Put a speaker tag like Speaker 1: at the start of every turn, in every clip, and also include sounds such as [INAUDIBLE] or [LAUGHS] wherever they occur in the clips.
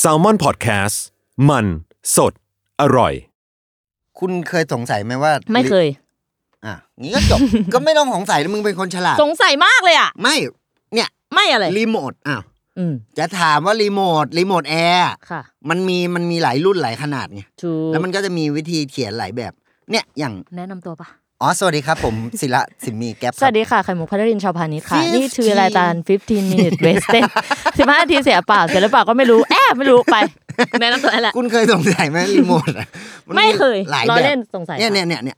Speaker 1: แซลมอนพอดแคสต์มันสดอร่อย
Speaker 2: คุณเคยสงสัยไหมว่า
Speaker 3: ไม่เคย
Speaker 2: อ่ะงี้ก็จบ [LAUGHS] ก็ไม่ต้องสงสัยแล้วมึงเป็นคนฉลาด
Speaker 3: สงสัยมากเลยอ่ะ
Speaker 2: ไม่ เนี่ย
Speaker 3: ไม่อะไร
Speaker 2: รีโมท อ้าว
Speaker 3: อืม
Speaker 2: จะถามว่ารีโมท รีโมทแอร์
Speaker 3: ค่ะ
Speaker 2: มันมี มันมีหลายรุ่นหลายขนาดไง
Speaker 3: ถูก
Speaker 2: แล้วมันก็จะมีวิธีเขียนหลายแบบ เนี่ย อย่าง
Speaker 3: แนะนำตัวปะ
Speaker 2: อ๋อ สวัสดีครับ ผม [LAUGHS] ศิระสิมมีแก๊ป
Speaker 3: ส
Speaker 2: ครั
Speaker 3: วั
Speaker 2: บ
Speaker 3: สดีค่ะ ไข่มุกพัทรินทร์ชาวพานิชค่ะ
Speaker 2: 15
Speaker 3: นี่คือรายการ 15 minute wasted [LAUGHS] 15นาทีเสียเปล่าเสียหรือเปล่าก็ไม่รู้ [LAUGHS] แอบไม่รู้ไป แนะนำตัวแล้วแหละ
Speaker 2: คุณเคยสงสัยไหมรีโมทอะน
Speaker 3: ไม่เคย
Speaker 2: หลาย
Speaker 3: ล้อ
Speaker 2: แบบ
Speaker 3: เล่นสงสัย
Speaker 2: เนี่ย
Speaker 3: ค่ะ
Speaker 2: เนี่ยเนี่ยเนี่ย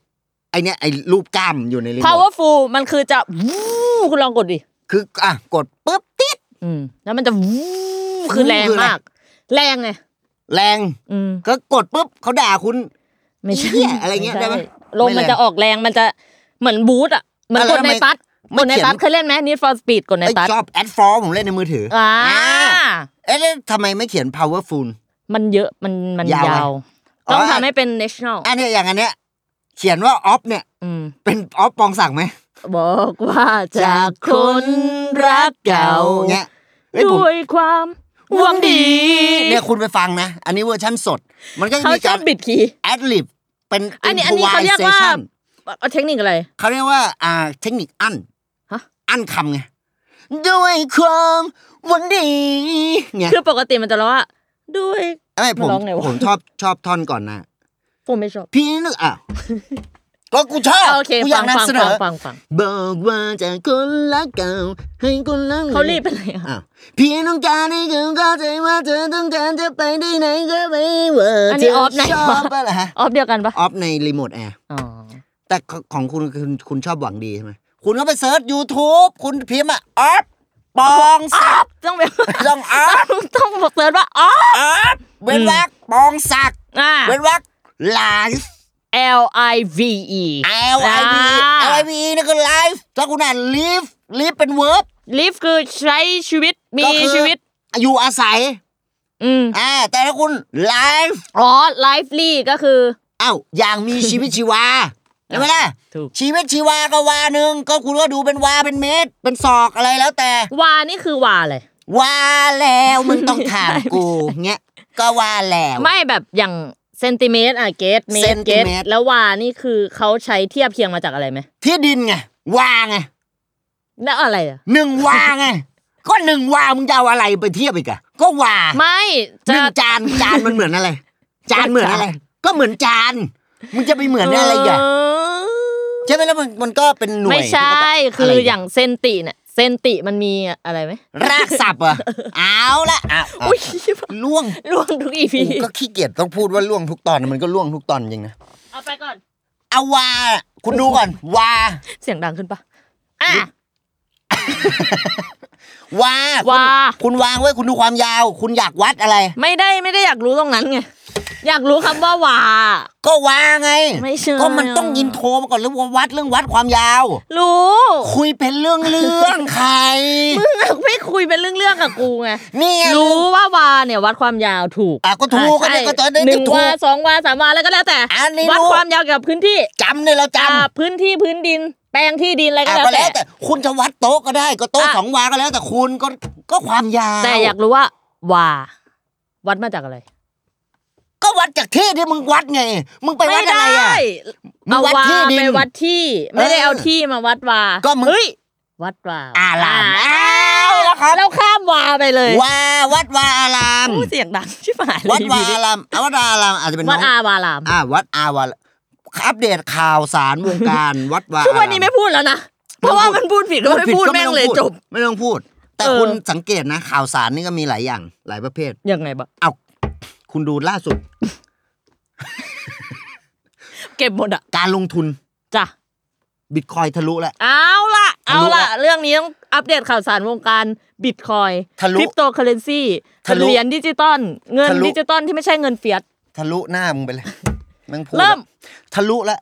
Speaker 2: ไอเนี่ยไอรูปกล้ามอยู่ในรีโมท
Speaker 3: powerful มันคือจะ [LAUGHS] วู้คุณลองกดดิ
Speaker 2: คือ อ่ะ กดปุ๊บติด
Speaker 3: อืม แล้วมันจะ [LAUGHS] วู้คือแรง
Speaker 2: คืออะไร
Speaker 3: มาก แรงไง
Speaker 2: แรง
Speaker 3: อืม
Speaker 2: ก็กดปุ๊บเขาด่าคุณ
Speaker 3: ไม่ใช่
Speaker 2: เหี้ยอะไรเงี้ยได้ไหม
Speaker 3: ใช่ลม
Speaker 2: ไม่แรง
Speaker 3: มันจะออกแรงมันจะเหมือนบูทอ่ะเหมือน
Speaker 2: อ่ะแล้
Speaker 3: ก
Speaker 2: ว
Speaker 3: ด
Speaker 2: ทำ
Speaker 3: ใน
Speaker 2: ไม
Speaker 3: ตัด
Speaker 2: ไม่
Speaker 3: กดใน
Speaker 2: เขียน
Speaker 3: ตัดเคยเล่นไหม Need for Speed กดใน
Speaker 2: ไอย
Speaker 3: ตัด
Speaker 2: ชอบแอดฟอร์ผมเล่นในมือถืออ
Speaker 3: อ่า
Speaker 2: เอ๊ะแล้วทำไมไม่เขียน powerful
Speaker 3: มันเยอะมันมัน
Speaker 2: ยาวย
Speaker 3: าว
Speaker 2: ไหม
Speaker 3: ต้อง
Speaker 2: อ๋อ
Speaker 3: ทำให้เป็น national
Speaker 2: อันเนี้ยอย่างอันเนี้ยเขียนว่าออฟเนี่ย
Speaker 3: อืม
Speaker 2: เป็นออฟปองศักดิ์ไหม
Speaker 3: บอกว่าจากคนรักเก่า
Speaker 2: เนี่ยเฮ้ยผม
Speaker 3: ด้วยความหวังดี
Speaker 2: เนี่ยคุณไปฟังนะ อันนี้เวอร์ชั่นสด มันก็จะ
Speaker 3: เขา
Speaker 2: มี
Speaker 3: ช
Speaker 2: กา
Speaker 3: อ
Speaker 2: ร
Speaker 3: บบิดคีย์
Speaker 2: แอดลิบเป็น
Speaker 3: อันนี้อันนี้เขาเรียกว่า
Speaker 2: improvisation
Speaker 3: เอาเทคนิคอะไร
Speaker 2: เขาเรียกว่าอ่าเทคนิคอั้น
Speaker 3: ฮะ
Speaker 2: อั้นคำไงด้วยความหวันดีเนี่ย
Speaker 3: คือปกติมันจะร้องว่าด้วย
Speaker 2: ไอ้ยผม
Speaker 3: มันร้องไงวะ
Speaker 2: ผมชอบชอบท่อนก่อนนะ
Speaker 3: ผมไม่ชอบ
Speaker 2: พี่นึกอ่ะ ก็กูชอบ
Speaker 3: โอเค
Speaker 2: กูอ
Speaker 3: ฟั
Speaker 2: ยาก
Speaker 3: งฟัง
Speaker 2: นำเสน
Speaker 3: ฟัง
Speaker 2: อ
Speaker 3: ฟังฟัง
Speaker 2: บอกว่าจะคนละเก่าให้คนละ
Speaker 3: เขารีบไปเลยอะ
Speaker 2: อ้าวพี่ต้องการให้เธอเข้าใจว่าเธอต้องการจะไปที่ไหนก็ไปว่า
Speaker 3: อัน
Speaker 2: เธ
Speaker 3: นี้
Speaker 2: อ
Speaker 3: ออฟไหน
Speaker 2: ชอบอะไรอฮะ
Speaker 3: ออฟเดียวกันปะ
Speaker 2: ออฟในรีโมทแอร์
Speaker 3: อ๋อ
Speaker 2: แต่ของคุณคุณคุณชอบหวังดีใช่ไหมคุณก็ไปเซิร์ช YouTube คุณพิมพ์อ่ะออฟปองศักดิ์
Speaker 3: ต้องแบบ
Speaker 2: ต้องออฟ
Speaker 3: ต้องต้องบอกเตือนว่าอ๋อ
Speaker 2: ออฟเว้นวรรคปองศักดิ์
Speaker 3: อ่า
Speaker 2: เว้นวรรคไลฟ์
Speaker 3: L I V E
Speaker 2: L I V
Speaker 3: อ่า
Speaker 2: L I V นี่คือไลฟ์ถ้าคุณอ่าน live live เป็น verb
Speaker 3: ลิฟคือใช้ชีวิตมี
Speaker 2: ก็คือ
Speaker 3: ชีวิต
Speaker 2: อยู่อาศัย
Speaker 3: อืม
Speaker 2: อ่าแต่ถ้าคุณไลฟ์
Speaker 3: อ๋อ lively ก็คือ
Speaker 2: เอ้าอย่างมีชีวิตชี
Speaker 3: [LAUGHS]
Speaker 2: วาใช่ไหมล่ะ
Speaker 3: ถูก
Speaker 2: ชีวิตชีวาก็วาหนึ่งก็คุณก็ดูเป็นวาเป็นเมตร เป็นศอกอะไรแล้วแต่
Speaker 3: วานี่คือวาเลยว
Speaker 2: าแล้วมึงต้องถามกูเงี้ยก็วาแล้ว
Speaker 3: ไม่แบบอย่างเซนติเมตรอะเกตเมตรเกต
Speaker 2: centimetre
Speaker 3: แล้ววานี่คือเขาใช้เทียบเคียงมาจากอะไรไหม
Speaker 2: ที่ดินไงวาไง
Speaker 3: แล้วอะไรอะ
Speaker 2: หนึ่งวาไง ก็หนึ่งวามึงจะเอาอะไรไปเทียบอีกอะก็วา
Speaker 3: ไม่
Speaker 2: หนึ่ง
Speaker 3: จะ
Speaker 2: จานจานมันเหมือนอะไร จานเหมือนอะไร ก็เหมือนจานมึงจะไปเหมือนอะไรอีกอะ
Speaker 3: เ
Speaker 2: ใช่ไหมแล้วมันมันก็เป็นหน่วย
Speaker 3: ไม่ใช่
Speaker 2: ที่ก็
Speaker 3: คื
Speaker 2: แบบะ
Speaker 3: ออก
Speaker 2: ไระ
Speaker 3: ย่างเซนติเนี่ยเซนติมันมีอะไรไหม
Speaker 2: รากศัพท์เหรอ่ะ เอาละอ่ะ
Speaker 3: อุ้ย
Speaker 2: ล่วง
Speaker 3: ล่วงทุกอีพี
Speaker 2: กูก็ขี้เกียจต้องพูดว่าล่วงทุกตอนนะมันก็ล่วงทุกตอนจริงนะ
Speaker 3: เอาไปก่อน
Speaker 2: เอาวา คุณดูก่อน วา
Speaker 3: เสียงดังขึ้นปะอ่ะ
Speaker 2: วาคุณ
Speaker 3: วา
Speaker 2: คุณวางไว้คุณดูความยาว คุณอยากวัดอะไร
Speaker 3: ไม่ได้ไม่ได้อยากรู้ตรงนั้นไงอยากรู้คำว่าวา
Speaker 2: ก็วาไง
Speaker 3: ไม่ใช่
Speaker 2: ก็มันต้องอินโทรมาก่อนแล้วว่าวัดเรื่องวัดความยาว
Speaker 3: รู้
Speaker 2: [LAUGHS] คุยเป็นเรื่องเรื่อง
Speaker 3: [LAUGHS]
Speaker 2: ใคร
Speaker 3: มึงอะไม่คุยเป็นเรื่องๆกับกูไง
Speaker 2: นี่ไง
Speaker 3: รู้ว่าวาเนี่ยวัดความยาวถูก
Speaker 2: อ่ะก็ถูกก็
Speaker 3: อ่ะ
Speaker 2: ได้
Speaker 3: ใช่
Speaker 2: ก็จะได้
Speaker 3: หนึ่ง
Speaker 2: ถูก
Speaker 3: วาสองวาสามวาแล้วก็แล้วแต่
Speaker 2: อันนี้
Speaker 3: วัด
Speaker 2: รู้
Speaker 3: ความยาวเกี่ยวกับพื้นที่
Speaker 2: จำเนี่ยเราจำ
Speaker 3: อ่าพื้นที่พื้นดิน แปลงที่ดินอะไรก็
Speaker 2: อ่ะ
Speaker 3: แล้ว
Speaker 2: ก็
Speaker 3: แต่
Speaker 2: แล้วแต่คุณจะวัดโต๊ะก็ได้ ก็โต๊ะ
Speaker 3: อ่ะ
Speaker 2: สองวาก็แล้วแต่คุณก็ก็ความยาว
Speaker 3: แต่อยากรู้ว่าวา วัดมาจากอะไร
Speaker 2: ก็วัดจากที่ที่มึงวัดไง มึงไปวัดอะไรอ่ะ มึง
Speaker 3: เอา
Speaker 2: วัด
Speaker 3: วา
Speaker 2: ที่ดิน
Speaker 3: ไปวัดที่ ไม่ได้เอาที่มาวัดวา
Speaker 2: ก็มึง
Speaker 3: เฮ้ยวัดวา
Speaker 2: อาราม
Speaker 3: อ่ะ
Speaker 2: แล้วแล้วครับ
Speaker 3: เราข้ามวาไปเลย
Speaker 2: ว่าวัดวาอาราม
Speaker 3: อู้เสียงดังชิบหายเลย
Speaker 2: วัดวา
Speaker 3: ดี
Speaker 2: อา
Speaker 3: ๆ
Speaker 2: รามอ่ะวัดวาอารามอาจจะเป็นน้
Speaker 3: วั
Speaker 2: อ
Speaker 3: ด
Speaker 2: ง
Speaker 3: อาวาราม
Speaker 2: อ่าวัดอาวาอัปเดตข่าวสารวงการ วัดวา
Speaker 3: ทุก
Speaker 2: อาราม
Speaker 3: วันนี้ไม่พูดแล้วนะเพราะว่ามันพูดผิดก็ไม่พูด
Speaker 2: ก็
Speaker 3: แม่ง
Speaker 2: ต้อ
Speaker 3: เลยจบ
Speaker 2: ไม่ต้องพูด แต่
Speaker 3: เออ
Speaker 2: คุณสังเกตนะ ข่าวสารนี่ก็มีหลายอย่างหลายประเภท
Speaker 3: ยังไงบ้าง
Speaker 2: เอาคุณดูล่าสุด
Speaker 3: เก็บหมดอ่ะ
Speaker 2: การลงทุน
Speaker 3: จ้ะ
Speaker 2: บิตคอยทะลุแล้ว
Speaker 3: เอาละ
Speaker 2: ทะ
Speaker 3: เอา
Speaker 2: ลุละ
Speaker 3: ละเรื่องนี้ต้อง อัปเดตข่าวสารวงการบิตคอย
Speaker 2: ทะลุ
Speaker 3: คริปโตเคอเรนซี
Speaker 2: ทะลุ
Speaker 3: เหรียญดิจิตอลเงิน
Speaker 2: ทะลุ
Speaker 3: ดิจิตอลที่ไม่ใช่เงินเฟียส
Speaker 2: ทะลุหน้ามึงไปเลย
Speaker 3: [LAUGHS]
Speaker 2: แมึงพูด
Speaker 3: เริ่ม
Speaker 2: ทะลุละ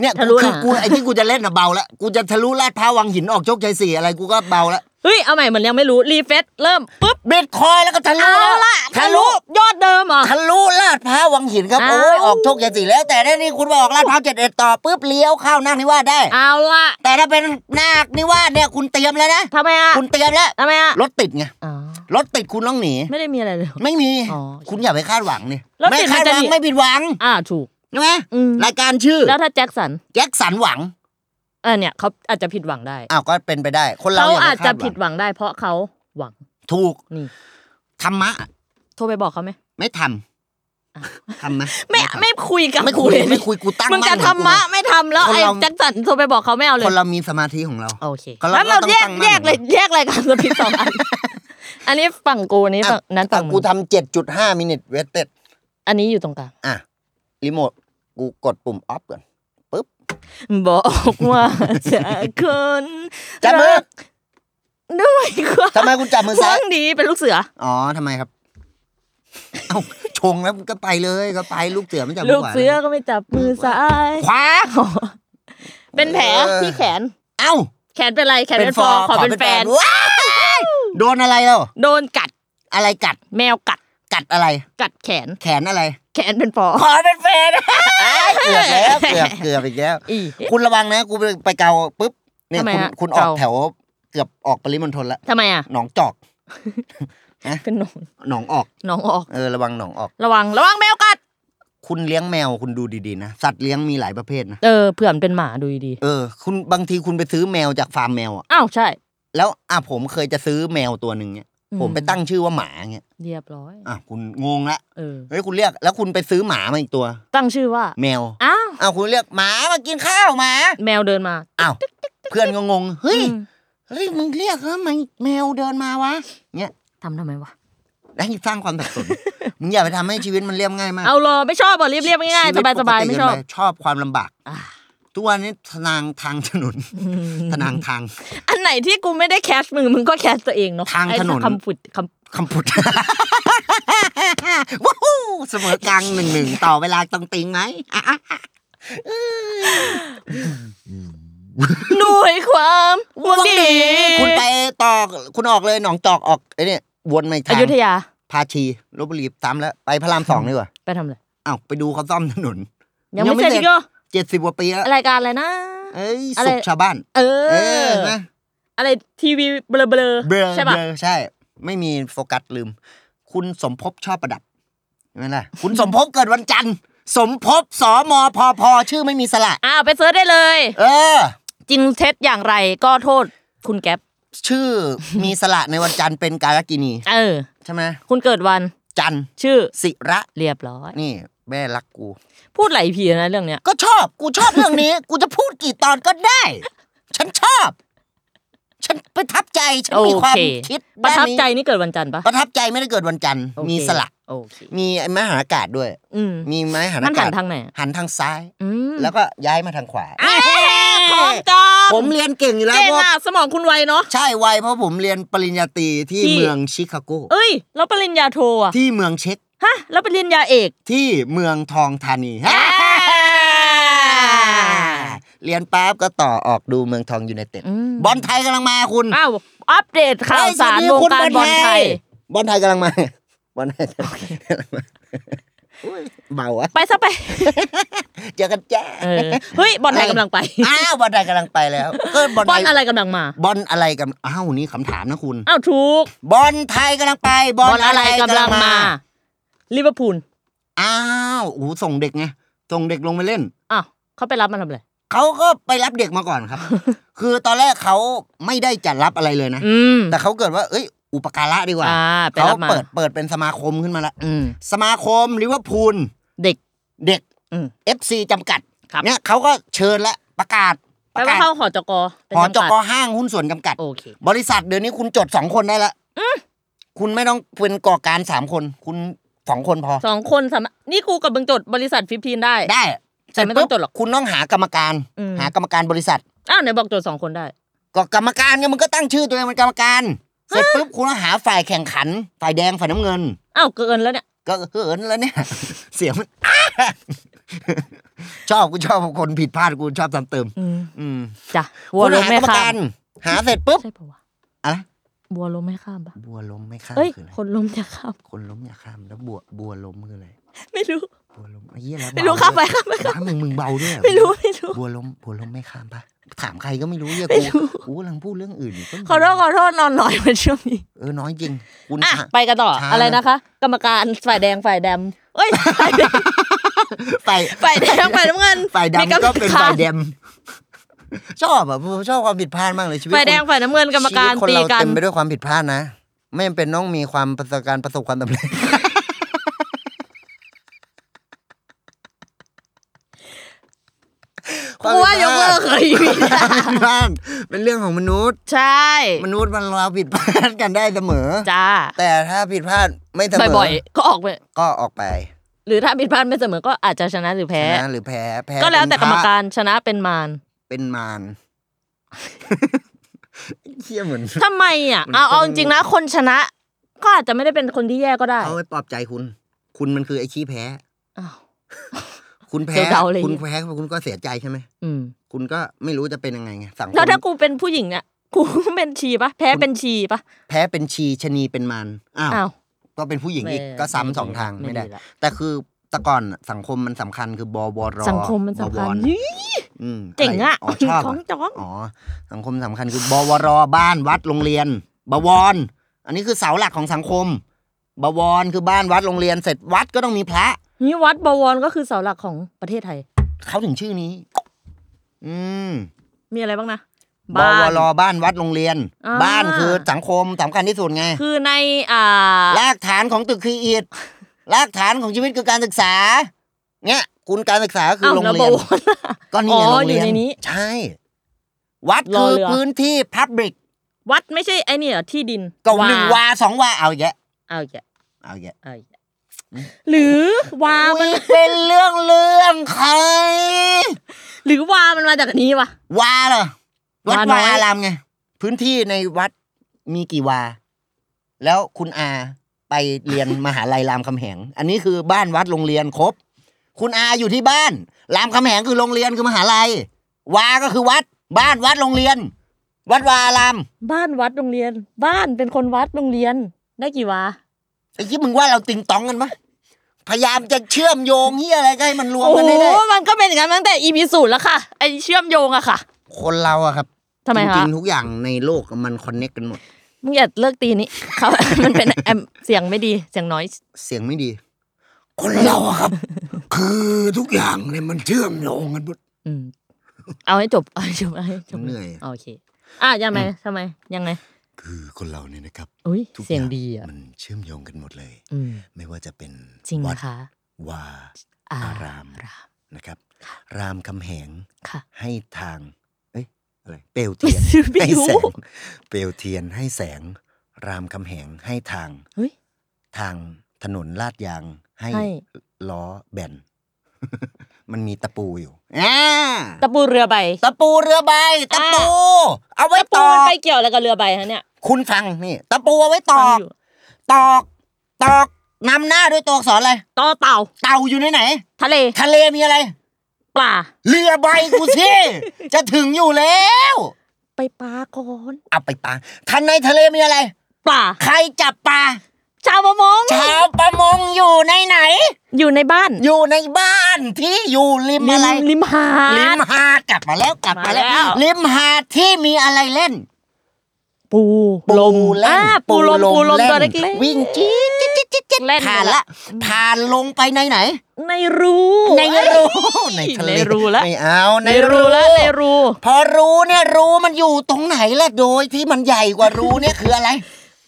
Speaker 2: เนี่ย
Speaker 3: ทะลุ
Speaker 2: คือ
Speaker 3: ละ
Speaker 2: กูไอ้ที่กูจะเล่นน่ะเบาละกูจะทะลุลาดพร้าววังหินออกโชคชัยสี่อะไรกูก็เบาละ
Speaker 3: เฮ้ยเอาใหม่เหมือนยังไม่รู้รีเฟซเริ่มปุ๊บ
Speaker 2: บิตคอยแล้วก็ทะลุ
Speaker 3: เอาละ
Speaker 2: ทะลุ
Speaker 3: ยอดเดิมเหรอ่ะ
Speaker 2: ทะลุลาดพร้าววังหินครับ
Speaker 3: อ้า
Speaker 2: โอ้ย
Speaker 3: ว
Speaker 2: ออกโชคชัยสี่แล้ว แต่ได้นี่คุณมาออกลาดพร้าวเจ็ดเอ็ดต่อปุ๊บเลี้ยวเข้านาคนิวาสได้
Speaker 3: เอาละ
Speaker 2: แต่ถ้าเป็นนาคนิวาสเนี่ยคุณเตรียมแล้วนะ
Speaker 3: ทำไมอ่ะ
Speaker 2: คุณเตรียมแล้ว
Speaker 3: ทำไมอ่ะ
Speaker 2: รถติดไง
Speaker 3: อ๋อ
Speaker 2: รถติดคุณต้องหนี
Speaker 3: ไม่ได้มีอะไรเลย
Speaker 2: ไม่มี
Speaker 3: อ๋อ
Speaker 2: คุณอย่าไปคาดหวังนี่
Speaker 3: แล้ว
Speaker 2: ไม่
Speaker 3: ติดมั
Speaker 2: คาดหวัง
Speaker 3: นจะมี
Speaker 2: ไม่ผิดหวัง
Speaker 3: อ่าถูก
Speaker 2: ใช่ไหม
Speaker 3: อืม
Speaker 2: รายการชื่อ
Speaker 3: แล้วถ้าแจ็คสัน
Speaker 2: แจ็คสันหวัง
Speaker 3: เออเนี่ยเขาอาจจะผิดหวังได้
Speaker 2: อ้าวก็เป็นไปได้ คนเรา
Speaker 3: เขา
Speaker 2: อย่า
Speaker 3: อาจ
Speaker 2: ไปคา
Speaker 3: จะ
Speaker 2: ดหวั
Speaker 3: ผิ
Speaker 2: ง
Speaker 3: ดหวังได้ เพราะเขาหวัง
Speaker 2: ถูก
Speaker 3: นี่
Speaker 2: ธรรมะ
Speaker 3: โทรไปบอกเขาไหม
Speaker 2: ไม่ทำ
Speaker 3: อ่ะ
Speaker 2: ทำไหม
Speaker 3: ไม่
Speaker 2: ทำ
Speaker 3: ไม่คุยกับ
Speaker 2: ไม่คุย
Speaker 3: เลย
Speaker 2: ไม่คุยกูตั้ง
Speaker 3: มึงจะ
Speaker 2: นของ
Speaker 3: ทำมะ
Speaker 2: กู
Speaker 3: ไม่ทำแล้ว
Speaker 2: คน
Speaker 3: ไอ้
Speaker 2: เรา
Speaker 3: แจ็คสันโทรไปบอกเขาไม่เอาเล
Speaker 2: ค
Speaker 3: ย
Speaker 2: นเรามีสมาธิของเรา
Speaker 3: โอเค
Speaker 2: คนเรา
Speaker 3: งั้นเรา
Speaker 2: ต้อง
Speaker 3: แย
Speaker 2: ตั้
Speaker 3: ก
Speaker 2: งมั่น
Speaker 3: แยกเลยแยกรายการสปิดสองอัน อันนี้ฝั่งกูอันนี้
Speaker 2: อ่ะ
Speaker 3: ฝั่งนั้นฝั่ง
Speaker 2: อ่ะ
Speaker 3: มึ
Speaker 2: กู
Speaker 3: ง
Speaker 2: ทำเจ็ดจุดห้ามินิเวสเต็ด
Speaker 3: อันนี้อยู่ตรงกลาง
Speaker 2: อ่ะรีโมทกูกดปุ่มออฟก่อนปุ๊บ
Speaker 3: บอกว่าจะคน
Speaker 2: จับมือ
Speaker 3: รักด้วยควา
Speaker 2: ทำไมคุณจับมือ
Speaker 3: พ
Speaker 2: ซ้า
Speaker 3: วย กนี้เป็นลูกเสือ
Speaker 2: อ๋อทำไมครับเอ้าชงแล้วก็ไปเลยก็ไปลูกเสือไม่จับมื
Speaker 3: ลูก
Speaker 2: ขวา
Speaker 3: เสือก็ไม่จับมือซ้าย
Speaker 2: ขวา
Speaker 3: เป็นแผลที่แขน
Speaker 2: เอ้า
Speaker 3: แขนเป็นไรแขนเป็นฟอขอเป็นแฟน
Speaker 2: ว้ายโดนอะไรแล้ว
Speaker 3: โดนกัด
Speaker 2: อะไรกัด
Speaker 3: แมวกัด
Speaker 2: กัดอะไร
Speaker 3: กัดแขน
Speaker 2: แขนอะไร
Speaker 3: แขนเป็นฟอ
Speaker 2: ขอเป็นแฟนเกือบแล้วเกื
Speaker 3: [LAUGHS]
Speaker 2: อบเกือบไปแล้ว
Speaker 3: อี
Speaker 2: คุณระวังนะ กูไปไปเกาปุ๊บ เนี่ย
Speaker 3: ทำไม
Speaker 2: คุณคุณอ
Speaker 3: อะ
Speaker 2: อก
Speaker 3: เกา
Speaker 2: แถว เกือบออกปริมณฑลละ
Speaker 3: ทำไมอ่ะ
Speaker 2: หนองจอก
Speaker 3: เป็นหนอง
Speaker 2: หนองออก
Speaker 3: หนองออก
Speaker 2: เออ ระวังหนองออก
Speaker 3: ระวัง ระวังแมวกัด
Speaker 2: คุณเลี้ยงแมวคุณดูดีๆนะ สัตว์เลี้ยงมีหลายประเภทนะ
Speaker 3: เออเผื่อมันเป็นหมาดูดี
Speaker 2: เออ คุณบางทีคุณไปซื้อแมวจากฟาร์มแมวอะ
Speaker 3: ๆอ้าวใช่
Speaker 2: แล้วอ่ะผมเคยจะซื้อแมวตัวหนึ่งเนี่ย
Speaker 3: อื
Speaker 2: ผมไปตั้งชื่อว่าหมาเนี่ย
Speaker 3: เรียบร้อย
Speaker 2: อ่ะคุณงงละ
Speaker 3: เออ
Speaker 2: เฮ้ยคุณเรียก แล้วคุณไปซื้อหมามาอีกตัว
Speaker 3: ตั้งชื่อว่า
Speaker 2: แมว
Speaker 3: อ้าว
Speaker 2: เอาวคุณเรียกหมามากินข้าวหมา
Speaker 3: แมวเดินมา
Speaker 2: อ้าวเพื่อนก็งงเฮ้ย
Speaker 3: อืม
Speaker 2: เฮ้ยมึงเรียกแล้วมันแมวเดินมาวะเนี่ย
Speaker 3: ทำทำไมวะ
Speaker 2: แล้วสร้างความสับสน มึงอย่าไปทำให้ชีวิตมันเรียบง่ายมาก
Speaker 3: เอารอไม่ชอบอ่ะเรียบเรียบง่าย
Speaker 2: ชี
Speaker 3: ๆส
Speaker 2: วิต
Speaker 3: บายสบาย
Speaker 2: ปกติ
Speaker 3: ไม่ชอบ
Speaker 2: เกินปชอบความลำบาก
Speaker 3: อ่า
Speaker 2: ทุกวันนี้ทนางทางถนนทนางทาง
Speaker 3: อันไหนที่กูไม่ได้แคสมึงมึงก็แคสตัวเองเนาะ
Speaker 2: ทาง
Speaker 3: ไอ้
Speaker 2: ถนน
Speaker 3: คำฝุดค
Speaker 2: คำพูด [LAUGHS] ว้าวเสมอกลางหนึ่งหนึ่งต่อเวลาตรงติงไหมอ่ะ
Speaker 3: ำหน่วยความหวังดี
Speaker 2: คุณไปต่อคุณออกเลยหนองจอกออกไอ้เนี่ยวนมาอีกทา
Speaker 3: อง ยุธยา
Speaker 2: พาชีลบบุรีตามแล้วไปพระรามสองดีกว่า
Speaker 3: ไปทำอะไร
Speaker 2: อ้าวไปดูเขาซ่อมถนน
Speaker 3: ยัง
Speaker 2: ยัง
Speaker 3: ไม่
Speaker 2: ไม่
Speaker 3: เสร็จ
Speaker 2: เสร็จ
Speaker 3: อีกเหรอ
Speaker 2: เจ็ดสิบกว่าปีแล้ว
Speaker 3: รายการอะไรนะ
Speaker 2: เอ้ย
Speaker 3: อะไร
Speaker 2: สุขชาวบ้าน
Speaker 3: เอ
Speaker 2: เอ
Speaker 3: อ
Speaker 2: อนะ
Speaker 3: อะไรทีวีเบลอเบลอๆ
Speaker 2: เบลอ
Speaker 3: ใช่ปะ
Speaker 2: เบลอใช่ ไม่มีโฟกัสลืม คุณสมภพชอบประดับใช่ไหมล่ะ คุณสมภพเกิดวันจันทร์ สมภพสมพพชื่อไม่มีสระ
Speaker 3: อ้าวไปเซิร์ชได้เลย
Speaker 2: เออ
Speaker 3: จริงเท็จอย่างไรก็โทษคุณแก๊ป
Speaker 2: ชื่อมีสระในวันจันทร์เป็นการกินี
Speaker 3: เออ
Speaker 2: ใช่ไหม
Speaker 3: คุณเกิดวัน
Speaker 2: จันทร์
Speaker 3: ชื่อ
Speaker 2: ศิระ
Speaker 3: เรียบร้อย
Speaker 2: นี่ แม่รักกู
Speaker 3: พูดไหลผีนะเรื่องเนี้ย
Speaker 2: ก็ชอบ กูชอบเรื่องนี้ กูจะพูดกี่ตอนก็ได้ ฉันชอบ ฉันประทับใจ ฉันมีความ
Speaker 3: โอเค
Speaker 2: คิด
Speaker 3: ประทับใจ
Speaker 2: ด้านนี้
Speaker 3: นี่เกิดวันจันทร์ปะ
Speaker 2: ประทับใจไม่ได้เกิดวันจันทร์
Speaker 3: โอเค
Speaker 2: มีสละ
Speaker 3: โอเค
Speaker 2: มีไอ้ไม้หาอากาศด้วย
Speaker 3: อืม
Speaker 2: มีไม้หา
Speaker 3: ท่า
Speaker 2: อา
Speaker 3: นหั
Speaker 2: กาน ศ
Speaker 3: ทางไหนอะ
Speaker 2: หันทางซ้าย
Speaker 3: อืม
Speaker 2: แล้วก็ย้ายมาทางขวา
Speaker 3: เอ้ยของจอม
Speaker 2: ผมเรียนเก่งอยู่แล้ว
Speaker 3: เก่ง
Speaker 2: เพราะ
Speaker 3: อะสมองคุณไวเนาะ
Speaker 2: ใช่ไวยเพราะผมเรียนปริญญาตรีที่
Speaker 3: ที่
Speaker 2: เมืองชิคาโก
Speaker 3: เอ้ย แล้วปริญญาโทอะ
Speaker 2: ที่เมืองเช็ก
Speaker 3: ฮะ แล้วปริญญาเอก
Speaker 2: ที่เมืองทองธานีฮะเรียนปั๊บก็ต่อออกดูเมืองทองยูไนเต็ด
Speaker 3: ม
Speaker 2: บอลไทยกำลังมาคุณ
Speaker 3: อ้าวอัปเดตข่าว
Speaker 2: เฮ้ย
Speaker 3: สาร
Speaker 2: ดี
Speaker 3: วง
Speaker 2: คุณ
Speaker 3: การบอลไทย
Speaker 2: บอลไทยกำลังมาบอลไทยกำลังมา [LAUGHS] อุ๊ยเบาอะ
Speaker 3: ไปซะไป
Speaker 2: เจอกันจ้า
Speaker 3: เออเฮ้ย บอลไทยกำลังไป
Speaker 2: อ้าวบอลใดกำลังไปแล้วเออบอล
Speaker 3: บอล
Speaker 2: ใด
Speaker 3: อะไรกำลังมา
Speaker 2: บอลอะไรกันอ้าวนี่คำถามนะคุณ
Speaker 3: อ้าวถูก
Speaker 2: บอลไทยกำลังไป บบ อล
Speaker 3: อล
Speaker 2: อะ
Speaker 3: อะไร ไรกำ
Speaker 2: กำ
Speaker 3: ลั
Speaker 2: ลั
Speaker 3: ง
Speaker 2: ง
Speaker 3: มา
Speaker 2: มา
Speaker 3: ลิเวอร์พูล
Speaker 2: อ้าวโอ้โหส่งเด็กไงส่งเด็กลงไปเล่น
Speaker 3: อ้าวเขาไปรับมันทำอะไร
Speaker 2: เขาก็ไปรับเด็กมาก่อน
Speaker 3: [LAUGHS]
Speaker 2: ครับ คือตอนแรกเขาไม่ได้จัดรับอะไรเลยนะ
Speaker 3: อืม
Speaker 2: แต่เขาเกิดว่าเอ้ย อุปการะดีกว่า
Speaker 3: อ่าไป
Speaker 2: เขา
Speaker 3: รับมา
Speaker 2: เปิดเปิดเป็นสมาคมขึ้นมาละ
Speaker 3: อืม
Speaker 2: สมาคมลิเวอร์พูล
Speaker 3: เด็ก
Speaker 2: เด็ก
Speaker 3: อืม
Speaker 2: FC จำกัด
Speaker 3: ครับ
Speaker 2: เนี่ยเขาก็เชิญละประกาศป
Speaker 3: แปลว่าก
Speaker 2: ระาศ
Speaker 3: เข้าหอจกเป็น
Speaker 2: หอจก
Speaker 3: จำกัด
Speaker 2: ห้างหุ้นส่วนจำกัด
Speaker 3: โอเค
Speaker 2: บริษัทเดี๋ยวนี้คุณจดสองคนได้ละคุณไม่ต้องเป็นก่อการสามคน คุณสองคนพอ
Speaker 3: สองคนสามารถนี่กูกับมึงจดบริษัทฟิฟทีนได้
Speaker 2: ได้
Speaker 3: แต่ไม่ต้องจดหรอก
Speaker 2: คุณต้องหากรรมการ
Speaker 3: อืม
Speaker 2: หากรรมการบริษัท
Speaker 3: อ้าวไหนบอกจดสองคนได้
Speaker 2: ก็กรรมการไงมันก็ตั้งชื่อตัวเองเป็นกรรมการ เสร็จปุ๊บคุณก็หาฝ่ายแข่งขัน ฝ่ายแดงฝ่ายน้ำเงิน
Speaker 3: อ้าวเกินแล้วเนี่ย
Speaker 2: ก็เหินแล้วเนี่ย [LAUGHS] เสียงมัน ชอบกูชอบคนผิดพลาดกูชอบทำเติม
Speaker 3: อืม
Speaker 2: อืม
Speaker 3: จ้ะวัว
Speaker 2: คุณ
Speaker 3: ล้ม
Speaker 2: หา
Speaker 3: ไม่
Speaker 2: กรรม
Speaker 3: ข้า
Speaker 2: การ
Speaker 3: ม
Speaker 2: หาเสร็จปุ๊บ
Speaker 3: ใช่ปะวะ
Speaker 2: อะไร
Speaker 3: วัวล้มไม่ข้ามปะ
Speaker 2: บัวล้มไม่ข้าม
Speaker 3: เอ้ย
Speaker 2: คืออะไร
Speaker 3: คนล้มจะข้าม
Speaker 2: คนล้มอย่าข้ามแล้วบัวบัวล้มคืออะไร
Speaker 3: ไม่รู้
Speaker 2: บัวล้มไอ้เหี้ยแล้ว
Speaker 3: ไม่รู้
Speaker 2: เบ
Speaker 3: ข้ามไป
Speaker 2: ด้วย
Speaker 3: ข้ามไปข้าม
Speaker 2: บ้มึงมึงเบาด้วยเหอ
Speaker 3: ไม่รู้ไม่รู้
Speaker 2: [LAUGHS] บัวล้มบัวล้มไม่ข้ามปะถามใครก็ไม่รู้เหี้ย
Speaker 3: ไม่
Speaker 2: กู
Speaker 3: รู้
Speaker 2: กูกำลังพูดเรื่องอื่นอยู่ก็
Speaker 3: ขอโทษขอโทษนอนน้อยวันช่วงนี้
Speaker 2: เออน้อยจริงคุณ
Speaker 3: อ่ะ
Speaker 2: ชะ
Speaker 3: ไปกันต่อ
Speaker 2: ช้า
Speaker 3: อะไรนะคะ กรรมการฝ่ายแดงฝ่ายแดงเอ้ย
Speaker 2: [LAUGHS]
Speaker 3: ฝ่ายแดง
Speaker 2: ไป
Speaker 3: ฝ่ายแดงฝ่ายน้ำเงิน
Speaker 2: [LAUGHS] ฝ่าย
Speaker 3: มี
Speaker 2: ดำก็เป็น
Speaker 3: รรม
Speaker 2: ฝ่าย
Speaker 3: ร
Speaker 2: แดมชอบอ่ะผมชอบความผิดพลาดมากเลยชีวิต
Speaker 3: ฝ่ายแดง
Speaker 2: คน
Speaker 3: ฝ่ายน้ำเงินกรรมการ
Speaker 2: ชีวิตคน
Speaker 3: ตี
Speaker 2: เรา
Speaker 3: กัน
Speaker 2: เต็มไปด้วยความผิดพลาดนะ ไม่จำเป็นต้องมีความประสบการณ์ประสบความสำเร็จ ค
Speaker 3: กูว่ายกเลิกเลย
Speaker 2: ความผิดพลาดเป็นเรื่องของมนุษย์
Speaker 3: ใช่
Speaker 2: มนุษย์มันเราผิดพลาดกันได้เสมอ
Speaker 3: จ้า
Speaker 2: แต่ถ้าผิดพลาดไม่เสมอ
Speaker 3: บ่อยๆก็ออกไป
Speaker 2: ก็ออกไป
Speaker 3: หรือถ้าผิดพลาดไม่เสมอก็อาจจะชนะหรือ
Speaker 2: ช
Speaker 3: แพ้
Speaker 2: นะหรือแพ้แพ้
Speaker 3: ก็แล้วแต่
Speaker 2: เป็น
Speaker 3: กรรม
Speaker 2: พะ
Speaker 3: การชนะเป็นมาร
Speaker 2: เป็นมารเชี่ยเหมือน
Speaker 3: ทำไมอ่ะ
Speaker 2: มัน
Speaker 3: เอาเอา
Speaker 2: ค
Speaker 3: จ
Speaker 2: น
Speaker 3: ริงๆนะคนชนะ ก็อาจจะไม่ได้เป็นคนที่แย่ก็ได้
Speaker 2: เขาไว้ปลอบใจคุณ คุณมันคือไอ้ขี้แพ้
Speaker 3: อ้าว
Speaker 2: คุณแพ้
Speaker 3: เดี๋ยวเดาเลย
Speaker 2: คุณแพ้คุณก็เสียใจใช่ไหม
Speaker 3: อืม
Speaker 2: คุณก็ไม่รู้จะเป็นยังไงไง สังค
Speaker 3: แล้ว
Speaker 2: ม
Speaker 3: ถ้ากูเป็นผู้หญิงเนี่ยกูเป็นชีปะแพ้เป็นชีปะ
Speaker 2: แพ้เป็นชีชะนีเป็นมารอ้าว
Speaker 3: อ้าว
Speaker 2: ก็เป็นผู้หญิงอีก
Speaker 3: ไม่
Speaker 2: ก็ซ้ำสองทาง
Speaker 3: ไม่
Speaker 2: ไม่ได้
Speaker 3: ดีละ
Speaker 2: แต่คือแต่ก่อนสังคมมันสำคัญคือบวร
Speaker 3: สังคมมันสำคัญ
Speaker 2: บวร
Speaker 3: ยี่
Speaker 2: อืม
Speaker 3: เจ๋งอ่ะ
Speaker 2: อ๋อชอบ
Speaker 3: ขอ
Speaker 2: อะ
Speaker 3: งจ้อง
Speaker 2: อ๋อ สังคมสำคัญคือบวรบ้านวัดโรงเรียน บวร อันนี้คือเสาหลักของสังคม บวรคือบ้านวัดโรงเรียน เสร็จวัดก็ต้องมีพระ
Speaker 3: นี่วัดบวรก็คือเสาหลักของประเทศไทย
Speaker 2: เขาถึงชื่อนี้ อืม
Speaker 3: มีอะไรบ้างนะ
Speaker 2: บ
Speaker 3: บ้า
Speaker 2: วน รบ้านวัดโรงเรียน
Speaker 3: อ่า
Speaker 2: บ้านคือสังคมสำคัญที่สุดไง
Speaker 3: คือในอ่าร
Speaker 2: ากฐานของตึกคืออีดรากฐานของชีวิตคือการศึกษา เงี้ย คุณการศึกษาก็คือ
Speaker 3: อ้าว
Speaker 2: โรง
Speaker 3: แล้ว
Speaker 2: เรี
Speaker 3: บ
Speaker 2: ยน
Speaker 3: วร
Speaker 2: ก็นี่ไง
Speaker 3: อ๋อ
Speaker 2: โรง
Speaker 3: อยู่
Speaker 2: เรียน
Speaker 3: ในนี้
Speaker 2: ใช่ วัด
Speaker 3: รอ
Speaker 2: คือ
Speaker 3: เรือ
Speaker 2: พื้นที่พับ l ิก
Speaker 3: วัดไม่ใช่ไอ้นี่เหรอที่ดิน
Speaker 2: ก็หนึ่งวาสองวาเอาแยะ
Speaker 3: เอาอีกแก
Speaker 2: เอาแยะ
Speaker 3: เอาอีกแกหรือวามัน
Speaker 2: อุ๊ยเป็นเรื่องเรื่องใคร
Speaker 3: หรือวามันมาจากอันนี้วะ
Speaker 2: วาเหรอวัด
Speaker 3: วาน้
Speaker 2: วา
Speaker 3: อย
Speaker 2: อารามไง พื้นที่ในวัดมีกี่วา แล้วคุณอาไปเรียน มหาลัยรามคำแหง อันนี้คือบ้านวัดโรงเรียนครบ คุณอาอยู่ที่บ้านรามคำแหงคือโรงเรียนคือมหาลัย วาก็คือวัด บ้านวัดโรงเรียน วัดวาอาราม
Speaker 3: บ้านวัดโรงเรียน บ้านเป็นคนวัดโรงเรียน ได้กี่วา
Speaker 2: ไอ้ที่มึงว่าเราติงตองกันปะพยายามจะเชื่อมโยงเหียอะไรก็ให้มันรวม
Speaker 3: โอ้
Speaker 2: กัน
Speaker 3: โห
Speaker 2: ได้ได้
Speaker 3: มันก็เป็นอย่างนั้นมาตั้งแต่ EP ศูนย์แล้วค่ะไอเชื่อมโยงอะค่ะ
Speaker 2: คนเราอะครับ
Speaker 3: ทำไม
Speaker 2: จริ
Speaker 3: คะ
Speaker 2: งๆทุกอย่างในโลกมันคอนเน็กกันหมด
Speaker 3: มึงอย่า [LAUGHS] เลิกตีนี้เขา มันเป็นแอมเสียงไม่ดีเสียงน้อย
Speaker 2: เสียงไม่ดี คนเราอะ
Speaker 3: [LAUGHS]
Speaker 2: ครับ คือทุกอย่างเนี่ยมันเชื่อมโยงกันหมด
Speaker 3: อืม เอาให้จบเอาให้จบเอาให้จบ
Speaker 2: เหนื่อย
Speaker 3: โอเคอ่ะยังไงทำไมยังไง
Speaker 2: คือคนเราเนี่ยนะครับ
Speaker 3: อุ้ย
Speaker 2: ทุก
Speaker 3: เสียง
Speaker 2: อา
Speaker 3: ดีอ่ะ
Speaker 2: มันเชื่อมโยงกันหมดเลย
Speaker 3: อืม
Speaker 2: ไม่ว่าจะเป็น
Speaker 3: จริง
Speaker 2: วัด
Speaker 3: นะคะ
Speaker 2: วา
Speaker 3: อ่า
Speaker 2: อาราม
Speaker 3: ราม
Speaker 2: นะครับ รามคำแหง
Speaker 3: ค่ะ
Speaker 2: ให้ทาง เอ้ยอะไรเปลวเทียน
Speaker 3: ไม่
Speaker 2: ให้
Speaker 3: รู้
Speaker 2: แสงเปลวเทียนให้แสง รามคำแหงให้ทาง
Speaker 3: เฮ้ย
Speaker 2: ทางถนนลาดยางให้
Speaker 3: ให้
Speaker 2: ล้อแบ
Speaker 3: [LAUGHS]
Speaker 2: น มันมีตะปูอยู่อ่า
Speaker 3: ตะปูเรือใบ
Speaker 2: ตะปูเรือใบตะปู เอาไว้
Speaker 3: ตะ
Speaker 2: ต
Speaker 3: ปู
Speaker 2: อ
Speaker 3: มัน
Speaker 2: ก
Speaker 3: ไปเกี่ยวอะไรกับเรือใบฮะเนี่ย
Speaker 2: คุณฟังนี่ ตะปูเอาไว้ต
Speaker 3: ฟั
Speaker 2: อง ก
Speaker 3: อยู่
Speaker 2: ตอก ตอกนำหน้าด้วยตัวอักษรอะไร
Speaker 3: ต่อเต่า
Speaker 2: เต่าอยู่ในไหน
Speaker 3: ทะเล
Speaker 2: ทะเลมีอะไร
Speaker 3: ปลา
Speaker 2: เรือใบกูสิ
Speaker 3: [LAUGHS]
Speaker 2: จะถึงอยู่แล้ว
Speaker 3: ไปปลาก่อน
Speaker 2: เอาไปปลาทันในทะเลมีอะไร
Speaker 3: ปลา
Speaker 2: ใครจับปลา
Speaker 3: ชาวประมง
Speaker 2: ชาวประมงอยู่ในไหน
Speaker 3: อยู่ในบ้าน
Speaker 2: อยู่ในบ้านที่อยู่ริมอะไร
Speaker 3: ริมหา
Speaker 2: ริม
Speaker 3: ด
Speaker 2: หาดกลับมาแล้วกลับมาแล้
Speaker 3: มาแล้ว ว
Speaker 2: ริมหาดที่มีอะไรเล่น
Speaker 3: ปู
Speaker 2: ปูเล่
Speaker 3: อ่านปูลมปูลมตัวเล็ก
Speaker 2: วิ่งจี๊ดจี๊ดจี๊ดจี๊ดจี๊ด
Speaker 3: เล่น
Speaker 2: ผ่านละ ผ่านลงไปในไหน
Speaker 3: ในรู
Speaker 2: ในรู ใน
Speaker 3: ใน
Speaker 2: ทะเล
Speaker 3: รูละ
Speaker 2: ไม่เอาใน
Speaker 3: รูละในรู
Speaker 2: พอรู้เนี่ยรู้มันอยู่ตรงไหนล่ะโดยที่มันใหญ่กว่ารู้เนี่ยคืออะไร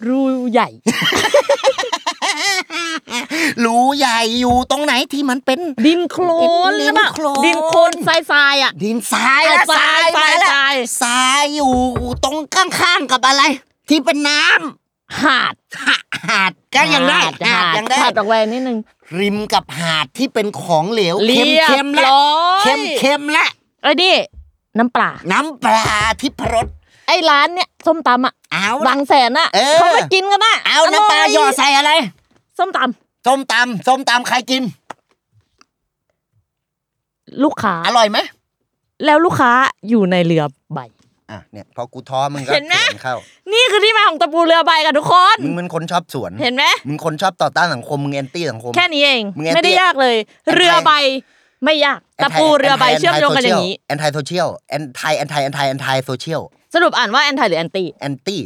Speaker 3: รูใหญ่
Speaker 2: รู้ใหญ่อยู่ตรงไหนที่มันเป็น
Speaker 3: ดินโคลน
Speaker 2: ดิน
Speaker 3: หรือเปล่า
Speaker 2: โคลน
Speaker 3: ดินโคลนทรายทรายๆอ่ะ
Speaker 2: ดินทรายละ
Speaker 3: อ่ะทราย
Speaker 2: มละ
Speaker 3: ทราย
Speaker 2: ทรายอยู่ตรงข้างๆกับอะไร ที่เป็นน้ำ [LAUGHS]
Speaker 3: หาด
Speaker 2: หาหาดก็ยังได้
Speaker 3: หาด
Speaker 2: หาด
Speaker 3: หาด
Speaker 2: ยังได้
Speaker 3: หาดออกไปนิดนึง
Speaker 2: ริมกับหาดที่เป็นของเหลว
Speaker 3: เรียบ
Speaker 2: เค็มๆและ
Speaker 3: ร้อย
Speaker 2: เค็มๆและ
Speaker 3: ไอ้ยดิน้ำปลา
Speaker 2: น้ำปลาทิพรส
Speaker 3: ไอ้ร้านเนี่ยส้มตำอ่ะ
Speaker 2: เอา
Speaker 3: บา
Speaker 2: ละ
Speaker 3: งแสนอ่ะ
Speaker 2: เออ
Speaker 3: เขาไปกินกันนะ
Speaker 2: เอาน้ำปลาหยอดใส่อะไร
Speaker 3: ส้มต
Speaker 2: ส้มตำส้มตำใครกิน
Speaker 3: ำลูกค้า
Speaker 2: อร่อยไหม
Speaker 3: แล้วลูกค้าอยู่ในเรือใบ
Speaker 2: อ่ะเนี่ยพอกูท้อมึงก็
Speaker 3: เห็นไหม
Speaker 2: สวนเข้า
Speaker 3: นี่คือที่มาของตะปูเรือใบกันทุกคน
Speaker 2: มึงเป็นคนชอบสวน
Speaker 3: เห็นไหม
Speaker 2: มึงคนชอบต่อต้านสังคม มึงแอนตี้สังคม
Speaker 3: แค่นี้เอง
Speaker 2: มึงแอนตี้
Speaker 3: ไม่ได้ยากเลย
Speaker 2: แอนตี้
Speaker 3: เรือใบไม่ยากตะปูเรือใบเชื่อมโยงกันอย่างนี้
Speaker 2: แอนตี้โซเชียลแอนตี้แอนตี้แอนตี้แอนตี้โซเชียล
Speaker 3: สรุปอ่านว่าแอนทายหรือแอนตี้
Speaker 2: แอนตี้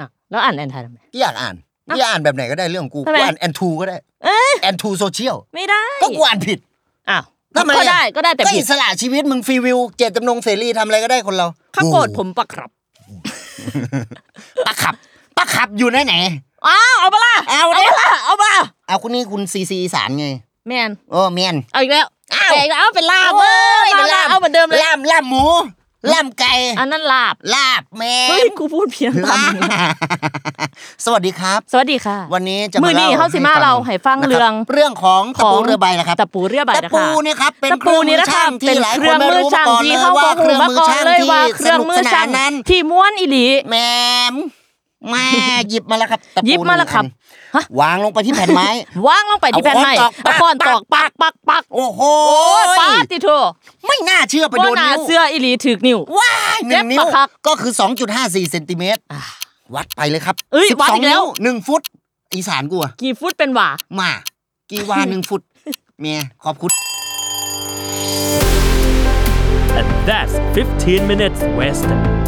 Speaker 3: อ่ะแล้วอ่านแอนทายทำไม
Speaker 2: ที่อยากอ่านที่อ่านแบบไหนก็ได้เรื่องของกู
Speaker 3: ทำไม
Speaker 2: กูอ่านแอนทูก็ได้
Speaker 3: เอ้ย
Speaker 2: แอนทูโซเชียล
Speaker 3: ไม่ได้
Speaker 2: ก็กูอ่านผิด
Speaker 3: อ้าว
Speaker 2: ทำไมอะ
Speaker 3: ก็ได้ก็ได้แต่
Speaker 2: ก็
Speaker 3: ผิ
Speaker 2: อิ
Speaker 3: ด
Speaker 2: สระชีวิตมึงฟรีวิวเจตจำนงเสรีทำอะไรก็ได้คนเรา
Speaker 3: ข้าโกรธผมปะครับ
Speaker 2: ปะขับปะขับอยู่ไหนไหน
Speaker 3: อ้าวเอาปะล่ะ
Speaker 2: เอาดิ
Speaker 3: เอาปะล่ะเอาปะ
Speaker 2: เอาคุณนี่คุณซีซีอีสานไง
Speaker 3: แมน
Speaker 2: โอ้เมียน
Speaker 3: เอาอีกแล้ว
Speaker 2: อ้าว
Speaker 3: แปลกแล้วเอาเป็นลาบเว้ยลาบเอาเหมือนเดิมเลย
Speaker 2: ลาบลาบหมูลาบไก่
Speaker 3: อันนั้นลาบ
Speaker 2: ลาบแม่
Speaker 3: เฮ้ยกูพูดเพี้ยน
Speaker 2: ลา [LAUGHS] บสวัสดีครับ
Speaker 3: สวัสดีค่ะ
Speaker 2: วันนี้จะ
Speaker 3: มื้
Speaker 2: มา
Speaker 3: อนี้
Speaker 2: เล่า
Speaker 3: เฮาสิมา
Speaker 2: ให้
Speaker 3: เล่าให้ฟัง
Speaker 2: นะครับ
Speaker 3: เรื่อง
Speaker 2: เรื่องของตะปูเรือใบนะครับ
Speaker 3: ตะปูเรือใบ
Speaker 2: ตะปูเนี่ยครับเป็นเครื่องมือช่างที่หลายคนไม่รู้มาก่อนเลยว่าเครื่องมือช่างที่สนุกสนานนั้น
Speaker 3: ที่ม้วนอีหลี
Speaker 2: แหมมมาหยิบมาแล้วครับตะปู
Speaker 3: หยิบมาแล้วครับ
Speaker 2: หนึ่งอันวางลงไปที่แผ่นไม้
Speaker 3: ว่างลงไปที่แผ่นไม้
Speaker 2: เอา
Speaker 3: เอา
Speaker 2: ค้
Speaker 3: ค้
Speaker 2: อ
Speaker 3: อน น
Speaker 2: ต
Speaker 3: ต
Speaker 2: อ
Speaker 3: อก ก
Speaker 2: ปา
Speaker 3: ปั
Speaker 2: ก
Speaker 3: กปักปัก
Speaker 2: โอ้โห
Speaker 3: [LAUGHS] โอ้ยปาติโท
Speaker 2: ไม่น่าเชื่อไป
Speaker 3: บ่
Speaker 2: โดน
Speaker 3: หนา
Speaker 2: นิ้ว
Speaker 3: เสื้ออีหลีถึกนิ้ว
Speaker 2: ว้ายหนึ่งนิ้ว
Speaker 3: เจ็บปะครับ
Speaker 2: ก็คือ 2.54เซนติเมตร
Speaker 3: อ่า
Speaker 2: วัดไปเลยครับ
Speaker 3: เอ้ย
Speaker 2: สิบ
Speaker 3: วัด
Speaker 2: สอง
Speaker 3: อีกแล้
Speaker 2: นิ้
Speaker 3: ว
Speaker 2: วหนึ่งฟุต อีสานกูอะ
Speaker 3: กี่ฟุตเป็นหว่า
Speaker 2: มา กีวาหนึ่งฟุต เมียขอบคุณ
Speaker 4: And that's 15 minutes west.